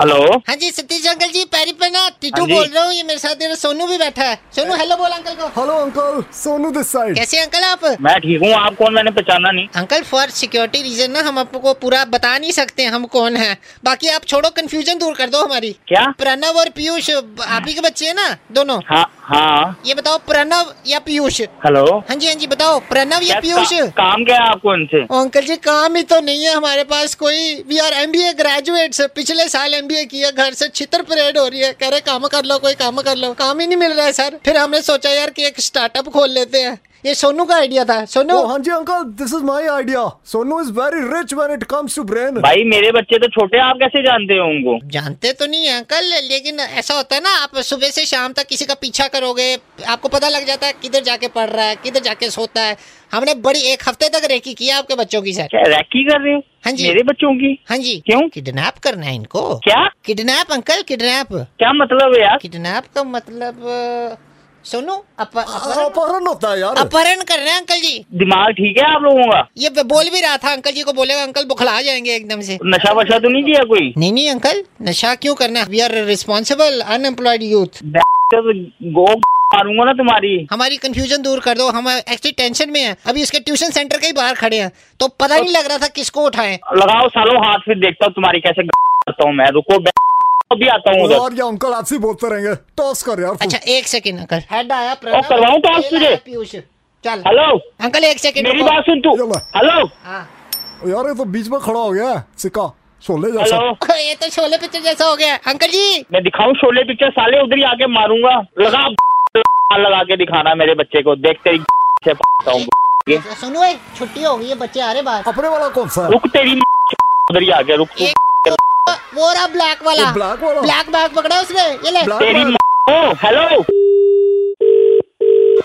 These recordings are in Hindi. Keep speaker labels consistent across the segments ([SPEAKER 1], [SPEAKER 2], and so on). [SPEAKER 1] हेलो
[SPEAKER 2] हाँ जी सतीश अंकल जी पैरी पे ना टीटू
[SPEAKER 1] हाँ जी।
[SPEAKER 2] बोल रहा हूँ ये मेरे साथ मेरा सोनू भी बैठा है सोनू हेलो बोल अंकल को
[SPEAKER 3] hello uncle Sonu this side
[SPEAKER 2] कैसे हैं अंकल आप
[SPEAKER 1] मैं ठीक हूँ आप कौन मैंने पहचाना नहीं
[SPEAKER 2] अंकल फॉर सिक्योरिटी रीजन ना हम आपको पूरा बता नहीं सकते हम कौन है बाकी आप छोड़ो कंफ्यूजन दूर कर दो हमारी
[SPEAKER 1] क्या
[SPEAKER 2] प्रणव और पीयूष आप ही के बच्चे हैं ना दोनों
[SPEAKER 1] हाँ हाँ
[SPEAKER 2] ये बताओ प्रणव या पीयूष हाँ
[SPEAKER 1] हेलो
[SPEAKER 2] जी हाँ जी बताओ प्रणव या
[SPEAKER 1] क्या
[SPEAKER 2] पीयूष
[SPEAKER 1] का, काम क्या है आपको इनसे
[SPEAKER 2] ओ, अंकल जी काम ही तो नहीं है हमारे पास कोई we are M B A graduate पिछले साल एम बी ए किया घर से छितर परेड हो रही है कह रहे काम कर लो कोई काम कर लो काम ही नहीं मिल रहा है सर फिर हमने सोचा यार कि एक स्टार्टअप खोल लेते हैं ये सोनू का आइडिया था सोनू
[SPEAKER 3] ओ हाँ जी uncle this is my idea Sonu is very rich when it comes to brain
[SPEAKER 1] भाई मेरे बच्चे तो छोटे हैं, आप कैसे जानते हो उनको
[SPEAKER 2] जानते तो नहीं है अंकल लेकिन ऐसा होता है ना आप सुबह से शाम तक किसी का पीछा करोगे आपको पता लग जाता है किधर जाके पढ़ रहा है किधर जाके सोता है हमने बड़ी एक हफ्ते तक रेकी किया आपके बच्चों की सर
[SPEAKER 1] क्या रैकी कर रहे हो
[SPEAKER 2] हाँ जी।
[SPEAKER 1] मेरे बच्चों की
[SPEAKER 2] हाँ जी
[SPEAKER 1] क्यों?
[SPEAKER 2] किडनैप करना है इनको
[SPEAKER 1] क्या
[SPEAKER 2] किडनैप अंकल किडनैप
[SPEAKER 1] क्या मतलब है यार
[SPEAKER 2] किडनैप का मतलब अ, सुनो अप, अपहरण
[SPEAKER 3] अपहरण होता है यार
[SPEAKER 2] हाँ, अपहरण करना है अंकल जी
[SPEAKER 1] दिमाग ठीक है आप लोगों का
[SPEAKER 2] ये ब- बोल भी रहा था अंकल जी को बोलेगा अंकल बुखला जाएंगे एकदम से
[SPEAKER 1] नशा वशा तो नहीं किया कोई
[SPEAKER 2] नहीं नहीं अंकल नशा क्यों करना है we are responsible unemployed youth
[SPEAKER 1] तो गो मारूंगा ना तुम्हारी
[SPEAKER 2] हमारी कंफ्यूजन दूर कर दो हम एक्चुअली टेंशन में हैं अभी उसके ट्यूशन सेंटर के ही बाहर खड़े हैं तो पता नहीं लग रहा था किसको उठाएं
[SPEAKER 1] लगाओ सालों हाथ फिर देखता हूँ तुम्हारी कैसे करता हूँ मैं रुको अभी आता हूँ उधर
[SPEAKER 3] और ये अंकल आपसे ही बोलते रहेंगे टॉस कर यार
[SPEAKER 2] अच्छा एक सेकंड अंकल हेड आया
[SPEAKER 1] ओ, करवाऊं टॉस
[SPEAKER 2] खेल
[SPEAKER 1] तुझे?
[SPEAKER 2] आया पीयूष चल
[SPEAKER 1] हेलो
[SPEAKER 2] अंकल एक सेकंड
[SPEAKER 1] मेरी बात सुन तू
[SPEAKER 3] चलो।
[SPEAKER 1] हेलो
[SPEAKER 2] हाँ
[SPEAKER 3] तू यार ये तो बीच में खड़ा हो गया है सिक्का छोले जैसा
[SPEAKER 1] हेलो
[SPEAKER 2] ये तो छोले पिक्चर जैसा हो गया अंकल जी
[SPEAKER 1] मैं दिखाऊं शोले पिक्चर साले उधर ही आके मारूंगा लगा लगा के दिखाना मेरे बच्चे को देखते ही से पाता हूं।
[SPEAKER 2] तो सुनो ए, छुट्टी हो गई है बच्चे आ रहे बाहर
[SPEAKER 3] अपने वाला कौन सा है
[SPEAKER 1] रुक तेरी उधर ही आके रुक तू
[SPEAKER 2] एक
[SPEAKER 4] हाँ।
[SPEAKER 2] वो रहा ब्लैक वाला
[SPEAKER 3] ये black वाला?
[SPEAKER 2] ब्लैक बैग पकड़ा उसने ये ले
[SPEAKER 3] Black
[SPEAKER 1] तेरी
[SPEAKER 3] man,
[SPEAKER 1] ओ हेलो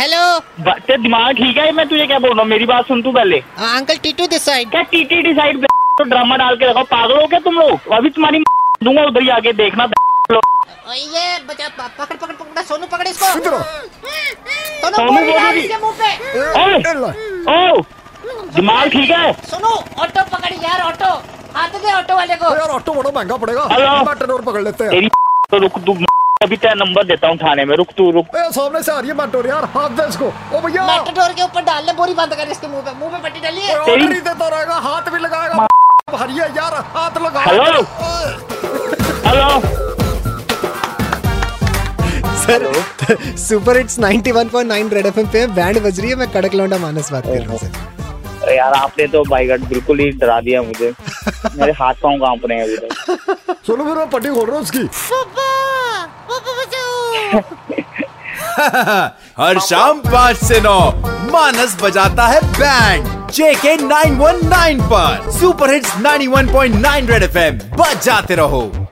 [SPEAKER 2] हेलो
[SPEAKER 1] ब- तेरा दिमाग ठीक है मैं तुझे क्या बोल रहा हूँ मेरी बात सुन तू पहले
[SPEAKER 2] हाँ, अंकल टीटू दिस साइड
[SPEAKER 1] क्या टीटी डिसाइड तो ड्रामा डाल के रखो पागल हो क्या तुम लोग अभी तुम्हारी दूंगा उधर ही आके देखना
[SPEAKER 2] ये बचा प- पकड़ पकड़ पकड़ सोनू पकड़ इसको
[SPEAKER 3] इधर आ।
[SPEAKER 1] सोनू,
[SPEAKER 2] सोनू गोली
[SPEAKER 1] गोली
[SPEAKER 2] डाल
[SPEAKER 1] भी।
[SPEAKER 2] इसके मुंह पे
[SPEAKER 3] ए,
[SPEAKER 1] ओए।
[SPEAKER 3] ए ले।
[SPEAKER 1] ओ दिमाग ठीक है
[SPEAKER 2] सोनू ऑटो पकड़ यार ऑटो हाथ दे ऑटो वाले को
[SPEAKER 3] ओ यार ऑटो बड़ा महंगा पड़ेगा
[SPEAKER 1] हेलो।
[SPEAKER 3] बैटन और पकड़ लेते हैं
[SPEAKER 1] तेरी तो रुक तू अभी तेरा नंबर देता हूँ थाने में रुक तू रुक
[SPEAKER 3] ए, सामने से आ रही है मैटोर यार हाथ दे इसको ओ भैया
[SPEAKER 2] मेटाडोर के ऊपर डाल ले बोरी बंद कर इसके मुंह पे मुंह पे पट्टी डालिए
[SPEAKER 3] कोई
[SPEAKER 1] तेरी-
[SPEAKER 3] ऑर्डर ही देता रहेगा हाथ भी लगाएगा भारी है यार हाथ लगा
[SPEAKER 1] hello hello
[SPEAKER 4] sir super hits 91.9 red FM पे बैंड बज रही है मैं कड़क लौंडा मानस बात कर रहा हूँ सर
[SPEAKER 1] अरे यार आपने तो भाई गॉड बिल्कुल ही डरा दिया मुझे मेरे हाथ पाँव कांप रहे हैं अभी तक
[SPEAKER 3] सुनो फिर मैं पट्टी खोल रहा हूँ उसकी
[SPEAKER 5] हर शाम पाँच से नौ मानस बजाता है बैंड जेके 919 पर सुपर हिट्स 91.9 रेड एफएम बजाते रहो